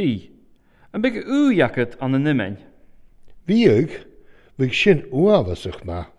D. Yn big ooh jacket an 'n immen. Bíag bhíh sin uabhasach maith.